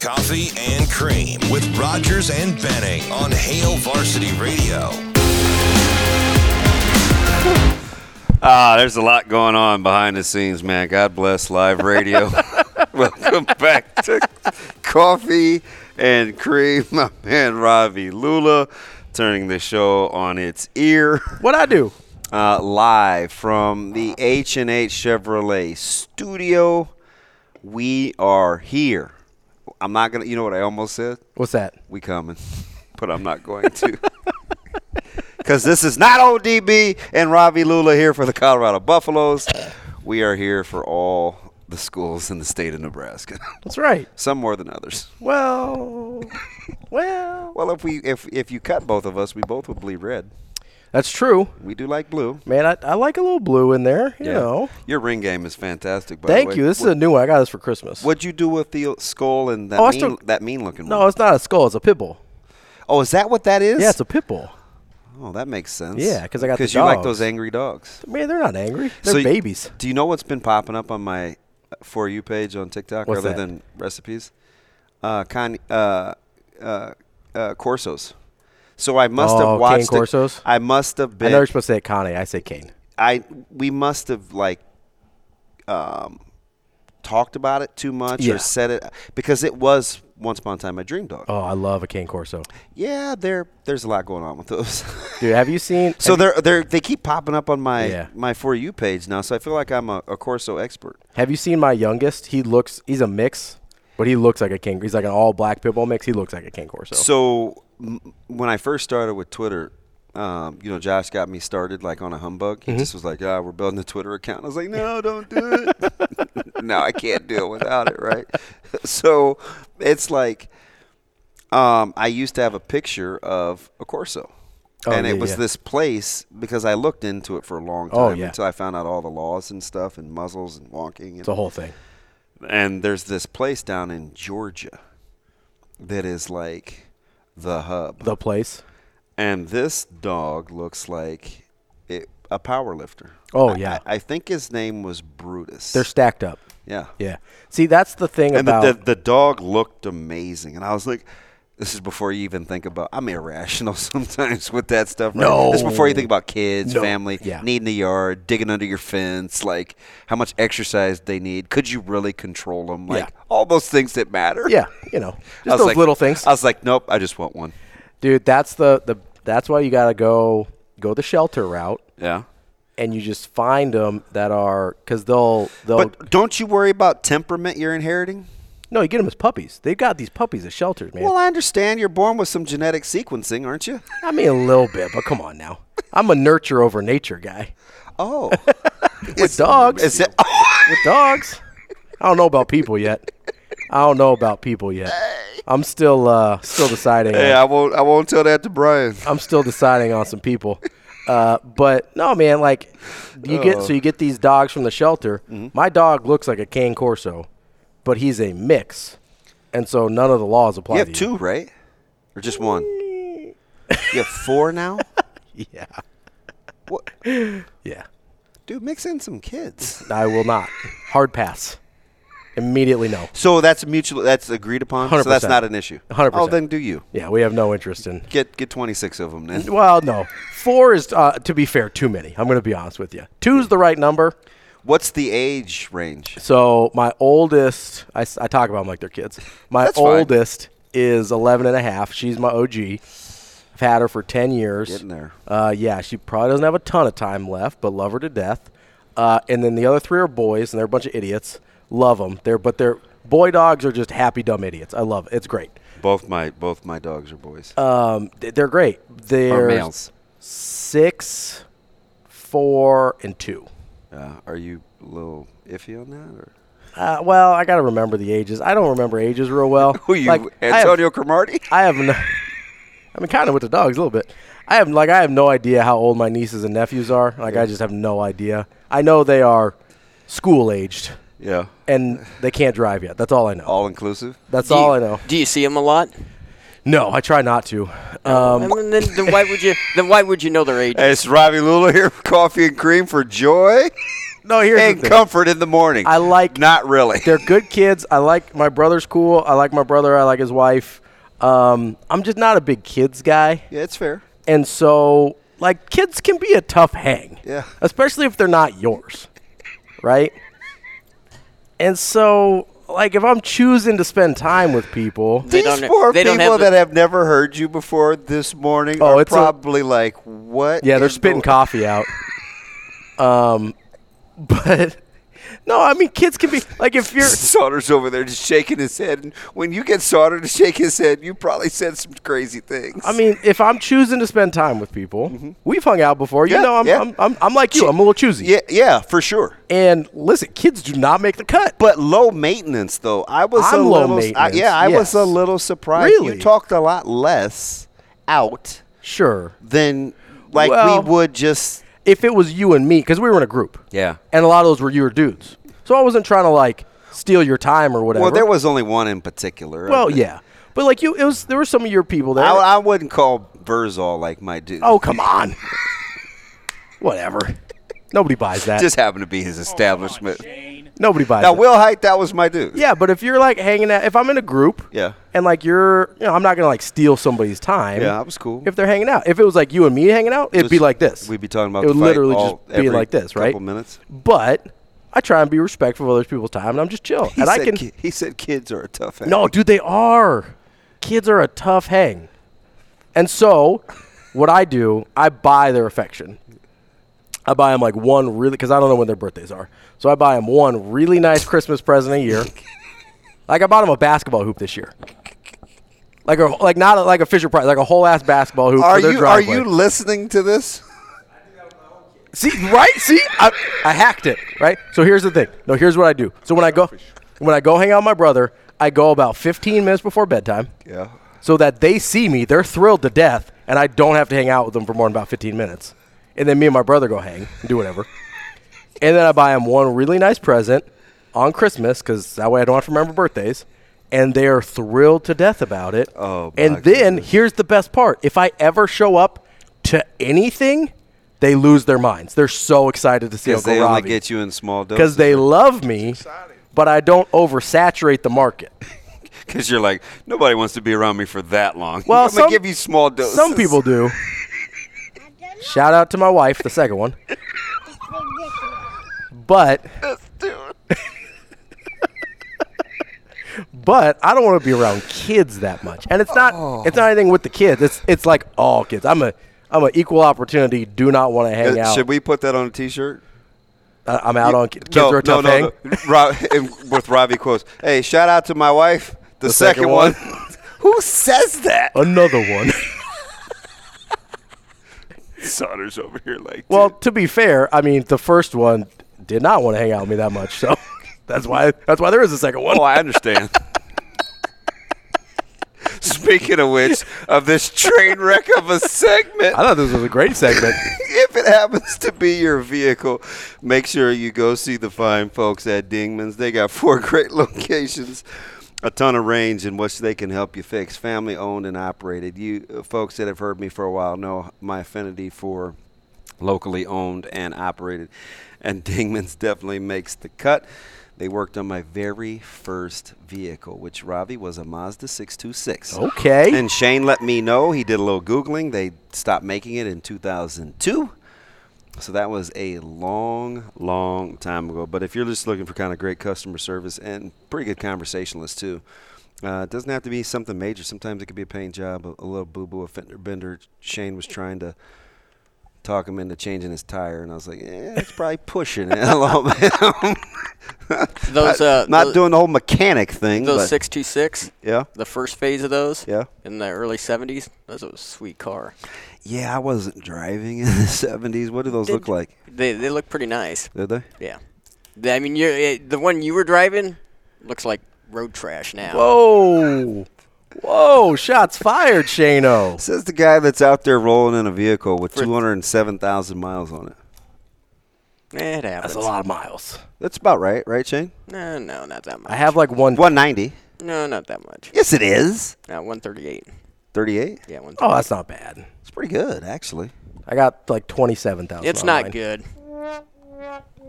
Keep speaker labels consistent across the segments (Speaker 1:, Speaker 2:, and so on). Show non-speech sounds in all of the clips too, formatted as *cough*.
Speaker 1: Coffee and Cream with Rogers and Benning on Hale Varsity Radio.
Speaker 2: Ah, there's a lot going on behind the scenes, man. God bless live radio. *laughs* Welcome back to Coffee and Cream. My man Ravi Lula turning the show on its ear.
Speaker 3: What I do?
Speaker 2: Uh, live from the H&H Chevrolet studio. We are here. I'm not going to, you know what I almost said?
Speaker 3: What's that?
Speaker 2: We coming, *laughs* but I'm not going to. *laughs* Because this is not ODB and Ravi Lula here for the Colorado Buffaloes. We are here for all the schools in the state of Nebraska, *laughs*
Speaker 3: That's right.
Speaker 2: some more than others. *laughs*
Speaker 3: Well, well.
Speaker 2: Well, if we if if you cut both of us, we both would bleed red.
Speaker 3: That's true.
Speaker 2: We do like blue.
Speaker 3: Man, I, I like a little blue in there, you know.
Speaker 2: your ring game is fantastic. By
Speaker 3: Thank
Speaker 2: the way.
Speaker 3: you. This is
Speaker 2: What-
Speaker 3: a new one. I got this for Christmas.
Speaker 2: What'd you do with the skull and that
Speaker 3: Oh, I
Speaker 2: mean
Speaker 3: still-
Speaker 2: that mean looking
Speaker 3: No,
Speaker 2: one?
Speaker 3: it's not a skull. It's a pit bull.
Speaker 2: Oh, is that what that is?
Speaker 3: Yeah, it's a pit bull.
Speaker 2: oh, that makes sense.
Speaker 3: Yeah, 'cause I got the
Speaker 2: because you like
Speaker 3: dogs.
Speaker 2: those angry dogs.
Speaker 3: Man, they're not angry. They're
Speaker 2: So y-
Speaker 3: babies.
Speaker 2: Do you know what's been popping up on my uh, for you page on TikTok
Speaker 3: What's
Speaker 2: other
Speaker 3: that?
Speaker 2: than recipes? Uh, con, uh, uh, uh, corsos. So I must
Speaker 3: Oh,
Speaker 2: have
Speaker 3: cane
Speaker 2: watched. it-
Speaker 3: corsos?
Speaker 2: I must have
Speaker 3: I know
Speaker 2: been.
Speaker 3: you're supposed to say Kanye. I say Kane.
Speaker 2: I we must have like um, talked about it too much
Speaker 3: Yeah.
Speaker 2: or said it because it was once upon a time my dream dog.
Speaker 3: Oh, I love a Kane Corso.
Speaker 2: Yeah, there there's a lot going on with those. *laughs*
Speaker 3: Dude, have you seen?
Speaker 2: so
Speaker 3: have you-
Speaker 2: they're they're they keep popping up on my
Speaker 3: Yeah.
Speaker 2: my for you page now. So I feel like I'm a, a corso expert.
Speaker 3: Have you seen my youngest? He looks. He's a mix, but he looks like a king. He's like an all black pit bull mix. He looks like a king corso.
Speaker 2: So m- when I first started with Twitter, um, you know, Josh got me started like on a humbug.
Speaker 3: Mm-hmm.
Speaker 2: He just was like, "Ah, we're building a Twitter account." I was like, "No, don't do it. *laughs* no, I can't do it without it, right?" *laughs* so it's like um, I used to have a picture of a corso.
Speaker 3: Oh,
Speaker 2: and it
Speaker 3: yeah,
Speaker 2: was
Speaker 3: yeah.
Speaker 2: this place because I looked into it for a long time
Speaker 3: Oh, yeah.
Speaker 2: until I found out all the laws and stuff and muzzles and walking. And
Speaker 3: it's a whole thing.
Speaker 2: and there's this place down in Georgia that is like the hub.
Speaker 3: The place.
Speaker 2: and this dog looks like it, a power lifter.
Speaker 3: Oh,
Speaker 2: I-
Speaker 3: yeah.
Speaker 2: I, I think his name was Brutus.
Speaker 3: They're stacked up.
Speaker 2: yeah.
Speaker 3: Yeah. See, that's the thing
Speaker 2: And the,
Speaker 3: about.
Speaker 2: the, the dog looked amazing. And I was like, this is before you even think about. I'm irrational *laughs* sometimes with that stuff. Right?
Speaker 3: No.
Speaker 2: This is before you think about kids,
Speaker 3: No.
Speaker 2: family,
Speaker 3: Yeah.
Speaker 2: needing the yard, digging under your fence, like how much exercise they need. Could you really control them? Like
Speaker 3: Yeah.
Speaker 2: all those things that matter.
Speaker 3: yeah, you
Speaker 2: *laughs*
Speaker 3: know,
Speaker 2: I was
Speaker 3: just those
Speaker 2: like-
Speaker 3: little things,
Speaker 2: I was like, nope, I just want one.
Speaker 3: dude. That's the the. That's why you gotta go go the shelter route,
Speaker 2: Yeah.
Speaker 3: and you just find them that are because they'll they'll.
Speaker 2: But don't you worry about temperament you're inheriting?
Speaker 3: no, you get them as puppies. They've got these puppies as shelters, man.
Speaker 2: Well, I understand you're born with some genetic sequencing, aren't you?
Speaker 3: I mean, a little bit, but come on now. I'm a nurture over nature guy
Speaker 2: *laughs* *laughs* Oh.
Speaker 3: with dogs.
Speaker 2: Is it, *laughs*
Speaker 3: with dogs. I don't know about people yet. I don't know about people yet. I'm still uh, still deciding. on-
Speaker 2: hey, I won't I won't tell that to Brian.
Speaker 3: I'm still deciding on some people. Uh, but no, man, like you get so you get these dogs from the shelter.
Speaker 2: Mm-hmm.
Speaker 3: My dog looks like a cane corso, but he's a mix, and so none of the laws apply.
Speaker 2: You have
Speaker 3: to
Speaker 2: two, right? Or just *laughs* one? You have four *laughs* now?
Speaker 3: You. Yeah,
Speaker 2: What?
Speaker 3: yeah.
Speaker 2: Dude, mix in some kids.
Speaker 3: I will not. Hard pass. Immediately no.
Speaker 2: So that's mutual that's agreed upon. So that's
Speaker 3: 100%.
Speaker 2: not an issue.
Speaker 3: 100%.
Speaker 2: Oh, then do you.
Speaker 3: Yeah, we have no interest in.
Speaker 2: Get get 26 of them then.
Speaker 3: Well, no. Four is, uh, to be fair, too many. I'm going to be honest with you. Two's the right number.
Speaker 2: What's the age range?
Speaker 3: So my oldest, I, s- I talk about them like they're kids. My
Speaker 2: That's fine.
Speaker 3: oldest is 11 and a half. She's my OG. I've had her for 10 years.
Speaker 2: Getting there.
Speaker 3: Uh, yeah, she probably doesn't have a ton of time left, but love her to death. Uh, and then the other three are boys, and they're a bunch of idiots. Love them. They're, but they're boy dogs are just happy, dumb idiots. I love it. It's great.
Speaker 2: Both my both my dogs are boys.
Speaker 3: Um, th- they're great. They're
Speaker 2: males.
Speaker 3: six, four, and two.
Speaker 2: Uh, are you a little iffy on that? Or?
Speaker 3: Uh, well, I got to remember the ages. I don't remember ages real well.
Speaker 2: Who *laughs* you,
Speaker 3: Like, I have-
Speaker 2: Antonio Cromartie?
Speaker 3: I have no. I mean, kind of with the dogs a little bit. I have like I have no idea how old my nieces and nephews are. Like I just have no idea. I know they are school aged
Speaker 2: Yeah.
Speaker 3: and they can't drive yet. That's all I know.
Speaker 2: All inclusive?
Speaker 3: That's
Speaker 4: Do
Speaker 3: all
Speaker 4: you-
Speaker 3: I know.
Speaker 4: Do you see him a lot?
Speaker 3: No, I try not to. Um,
Speaker 4: I mean, then, then why would you? Then why would you
Speaker 3: *laughs*
Speaker 4: know their age?
Speaker 2: Hey, it's Robbie Lula here for Coffee and Cream for joy
Speaker 3: no, here's
Speaker 2: and
Speaker 3: the thing.
Speaker 2: comfort in the morning.
Speaker 3: I like-
Speaker 2: Not really.
Speaker 3: They're good kids. I like my brother's cool. I like my brother. I like his wife. Um, I'm just not a big kids guy.
Speaker 2: Yeah, it's fair.
Speaker 3: And so, like, kids can be a tough hang.
Speaker 2: Yeah.
Speaker 3: Especially if they're not yours, right? And so, like, if I'm choosing to spend time with people,
Speaker 4: They
Speaker 2: These
Speaker 4: don't-
Speaker 2: poor
Speaker 4: they don't
Speaker 2: people
Speaker 4: have the-
Speaker 2: that have never heard you before this morning
Speaker 3: Oh,
Speaker 2: are
Speaker 3: it's a-
Speaker 2: probably like, what?
Speaker 3: yeah, they're
Speaker 2: in
Speaker 3: spitting
Speaker 2: the-
Speaker 3: coffee out. Um, *laughs* but no, I mean, kids can be like, if you're
Speaker 2: Sauter's over there just shaking his head. And when you get Sauter to shake his head, you probably said some crazy things.
Speaker 3: I mean, if I'm choosing to spend time with people, we've hung out before.
Speaker 2: Mm-hmm. Yeah,
Speaker 3: you know, I'm,
Speaker 2: yeah.
Speaker 3: I'm, I'm, I'm like you. I'm a little choosy.
Speaker 2: yeah, yeah, for sure.
Speaker 3: And listen, kids do not make the cut.
Speaker 2: But low maintenance, though. I was
Speaker 3: I'm
Speaker 2: a
Speaker 3: low
Speaker 2: little, I,
Speaker 3: maintenance,
Speaker 2: yeah, I was
Speaker 3: yes.
Speaker 2: a little surprised.
Speaker 3: Really?
Speaker 2: You talked a lot less out
Speaker 3: sure,
Speaker 2: than like
Speaker 3: Well-
Speaker 2: we would just.
Speaker 3: if it was you and me, because we were in a group.
Speaker 2: Yeah.
Speaker 3: And a lot of those were your dudes. So I wasn't trying to like steal your time or whatever.
Speaker 2: Well, there was only one in particular.
Speaker 3: Well, yeah. But like you, it was there were some of your people there.
Speaker 2: I, I wouldn't call Verzal like my dude.
Speaker 3: oh come on. whatever. Nobody buys that.
Speaker 2: just happened to be his establishment.
Speaker 3: Nobody buys
Speaker 2: now,
Speaker 3: that.
Speaker 2: Will Height, that was my dude.
Speaker 3: yeah, but if you're like hanging out, if I'm in a group,
Speaker 2: Yeah.
Speaker 3: and like you're, you know, I'm not gonna like steal somebody's time.
Speaker 2: Yeah, I was cool.
Speaker 3: If they're hanging out, if it was like you and me hanging out, it'd be
Speaker 2: Just-
Speaker 3: like this.
Speaker 2: We'd be talking about
Speaker 3: it would
Speaker 2: the fight
Speaker 3: literally
Speaker 2: all-
Speaker 3: just be
Speaker 2: every
Speaker 3: like this, right?
Speaker 2: Couple minutes.
Speaker 3: But I try and be respectful of other people's time, and I'm just
Speaker 2: *laughs*
Speaker 3: chill.
Speaker 2: He
Speaker 3: and
Speaker 2: said
Speaker 3: I can.
Speaker 2: ki- he said kids are a tough. act.
Speaker 3: No, dude, they are. Kids are a tough hang. And so, what I do, I buy their affection. I buy them like one really, because I don't know when their birthdays are. So I buy them one really nice Christmas present
Speaker 2: *laughs*
Speaker 3: a year. like I bought them a basketball hoop this year. Like a like not a, like a Fisher Price, like a whole ass basketball hoop
Speaker 2: Are
Speaker 3: for their
Speaker 2: you are
Speaker 3: driveway.
Speaker 2: you listening to this?
Speaker 3: See, right? See, I, I hacked it, right? So here's the thing. No, here's what I do. So when I go, when I go hang out with my brother, I go about 15 minutes before bedtime.
Speaker 2: Yeah.
Speaker 3: So that they see me, they're thrilled to death, and I don't have to hang out with them for more than about 15 minutes. And then me and my brother go hang and do whatever. and then I buy them one really nice present on Christmas because that way I don't have to remember birthdays. And they are thrilled to death about it.
Speaker 2: Oh, my
Speaker 3: and then here's the best part: if I ever show up to anything, they lose their minds. They're so excited to see
Speaker 2: Because
Speaker 3: Uncle
Speaker 2: they only
Speaker 3: Robbie
Speaker 2: get you in small doses.
Speaker 3: because they love me, but I don't oversaturate the market.
Speaker 2: *laughs* Because you're like nobody wants to be around me for that long.
Speaker 3: Well,
Speaker 2: I'm
Speaker 3: some-
Speaker 2: gonna give you small doses. *laughs*
Speaker 3: Some people do. Shout out to my wife, the second one. But but I don't want to be around kids that much. And it's not it's not anything with the kids. It's it's like all kids. I'm a I'm an equal opportunity. Do not want to
Speaker 2: Uh,
Speaker 3: hang out.
Speaker 2: Should we put that on a T-shirt?
Speaker 3: I- I'm out on ki- kids
Speaker 2: no,
Speaker 3: are a tough
Speaker 2: no,
Speaker 3: hang.
Speaker 2: no, no. Rob, *laughs* and with Robbie quotes. Hey, shout out to my wife, the,
Speaker 3: second
Speaker 2: second, one. *laughs* Who says that?
Speaker 3: Another one. *laughs*
Speaker 2: Sauter's over here like.
Speaker 3: well,
Speaker 2: dude.
Speaker 3: to be fair, I mean the first one did not want to hang out with me that much. So *laughs* that's why that's why there is a second one.
Speaker 2: Oh, I *laughs* understand. Speaking of which, of this train wreck of a segment,
Speaker 3: I thought this was a great segment.
Speaker 2: *laughs* if it happens to be your vehicle, make sure you go see the fine folks at Dingman's. They got four *laughs* great locations, a ton of range in which they can help you fix. Family owned and operated. You uh, folks that have heard me for a while know my affinity for locally owned and operated. And *laughs* Dingman's definitely makes the cut. They worked on my very first vehicle, which Ravi was a Mazda 626.
Speaker 3: Okay.
Speaker 2: And Shane let me know. He did a little Googling. They stopped making it in 2002. So that was a long, long time ago. But if you're just looking for kind of great customer service and pretty good conversationalist, too, uh, it doesn't have to be something major. Sometimes it could be a paint job, a, a little boo boo, a fender bender. Shane was trying to talk him into changing his tire, and I was like, eh, it's probably pushing it a little bit. I'm
Speaker 4: Those uh,
Speaker 2: *laughs* not
Speaker 4: those,
Speaker 2: doing the whole mechanic thing. but-
Speaker 4: those six two six.
Speaker 2: Yeah.
Speaker 4: The first phase of those.
Speaker 2: Yeah.
Speaker 4: In the early seventies, those was a sweet car.
Speaker 2: Yeah, I wasn't driving in the 70s. What do those look like?
Speaker 4: They they look pretty nice.
Speaker 2: Did they?
Speaker 4: Yeah. The- I mean, you it- the one you were driving looks like road trash now.
Speaker 3: Whoa. Whoa, shots fired, Shano.
Speaker 2: Says the guy that's out there rolling in a vehicle with 207,000 miles on it.
Speaker 4: Eh, it
Speaker 3: That's
Speaker 4: happens.
Speaker 3: a lot of miles.
Speaker 2: That's about right, right, Shane?
Speaker 4: No, no, not that much.
Speaker 3: I have like one.
Speaker 2: 190.
Speaker 4: no, not that much.
Speaker 2: Yes, it is.
Speaker 4: No, one thirty eight.
Speaker 2: 38.
Speaker 4: Yeah, one thirty eight.
Speaker 3: Oh, that's not bad.
Speaker 2: It's pretty good, actually.
Speaker 3: I got like 27,000.
Speaker 4: it's
Speaker 3: on
Speaker 4: not
Speaker 3: mine.
Speaker 4: good.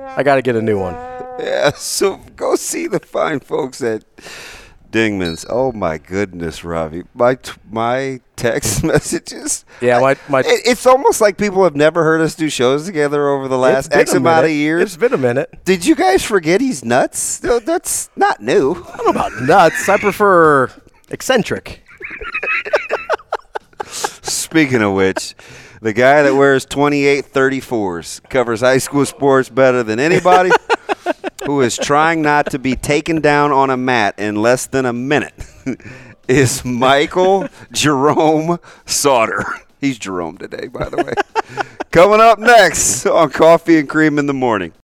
Speaker 3: I got to get a new one.
Speaker 2: Yeah, *laughs* so go see the fine folks at Dingman's. Oh my goodness, Ravi, my t- my text *laughs* messages.
Speaker 3: Yeah, my- my-
Speaker 2: It- it's almost like people have never heard us do shows together over the
Speaker 3: It's
Speaker 2: last
Speaker 3: been
Speaker 2: X
Speaker 3: a
Speaker 2: amount of
Speaker 3: minute.
Speaker 2: years.
Speaker 3: It's been a minute.
Speaker 2: Did you guys forget he's nuts? No, that's not new.
Speaker 3: I don't know about nuts. I
Speaker 2: *laughs*
Speaker 3: prefer eccentric.
Speaker 2: Speaking of which, the guy that wears 28 34s covers high school sports better than anybody who is trying not to be taken down on a mat in less than a minute *laughs* is Michael Jerome Sauter. He's Jerome today, by the way. Coming up next on Coffee and Cream in the Morning.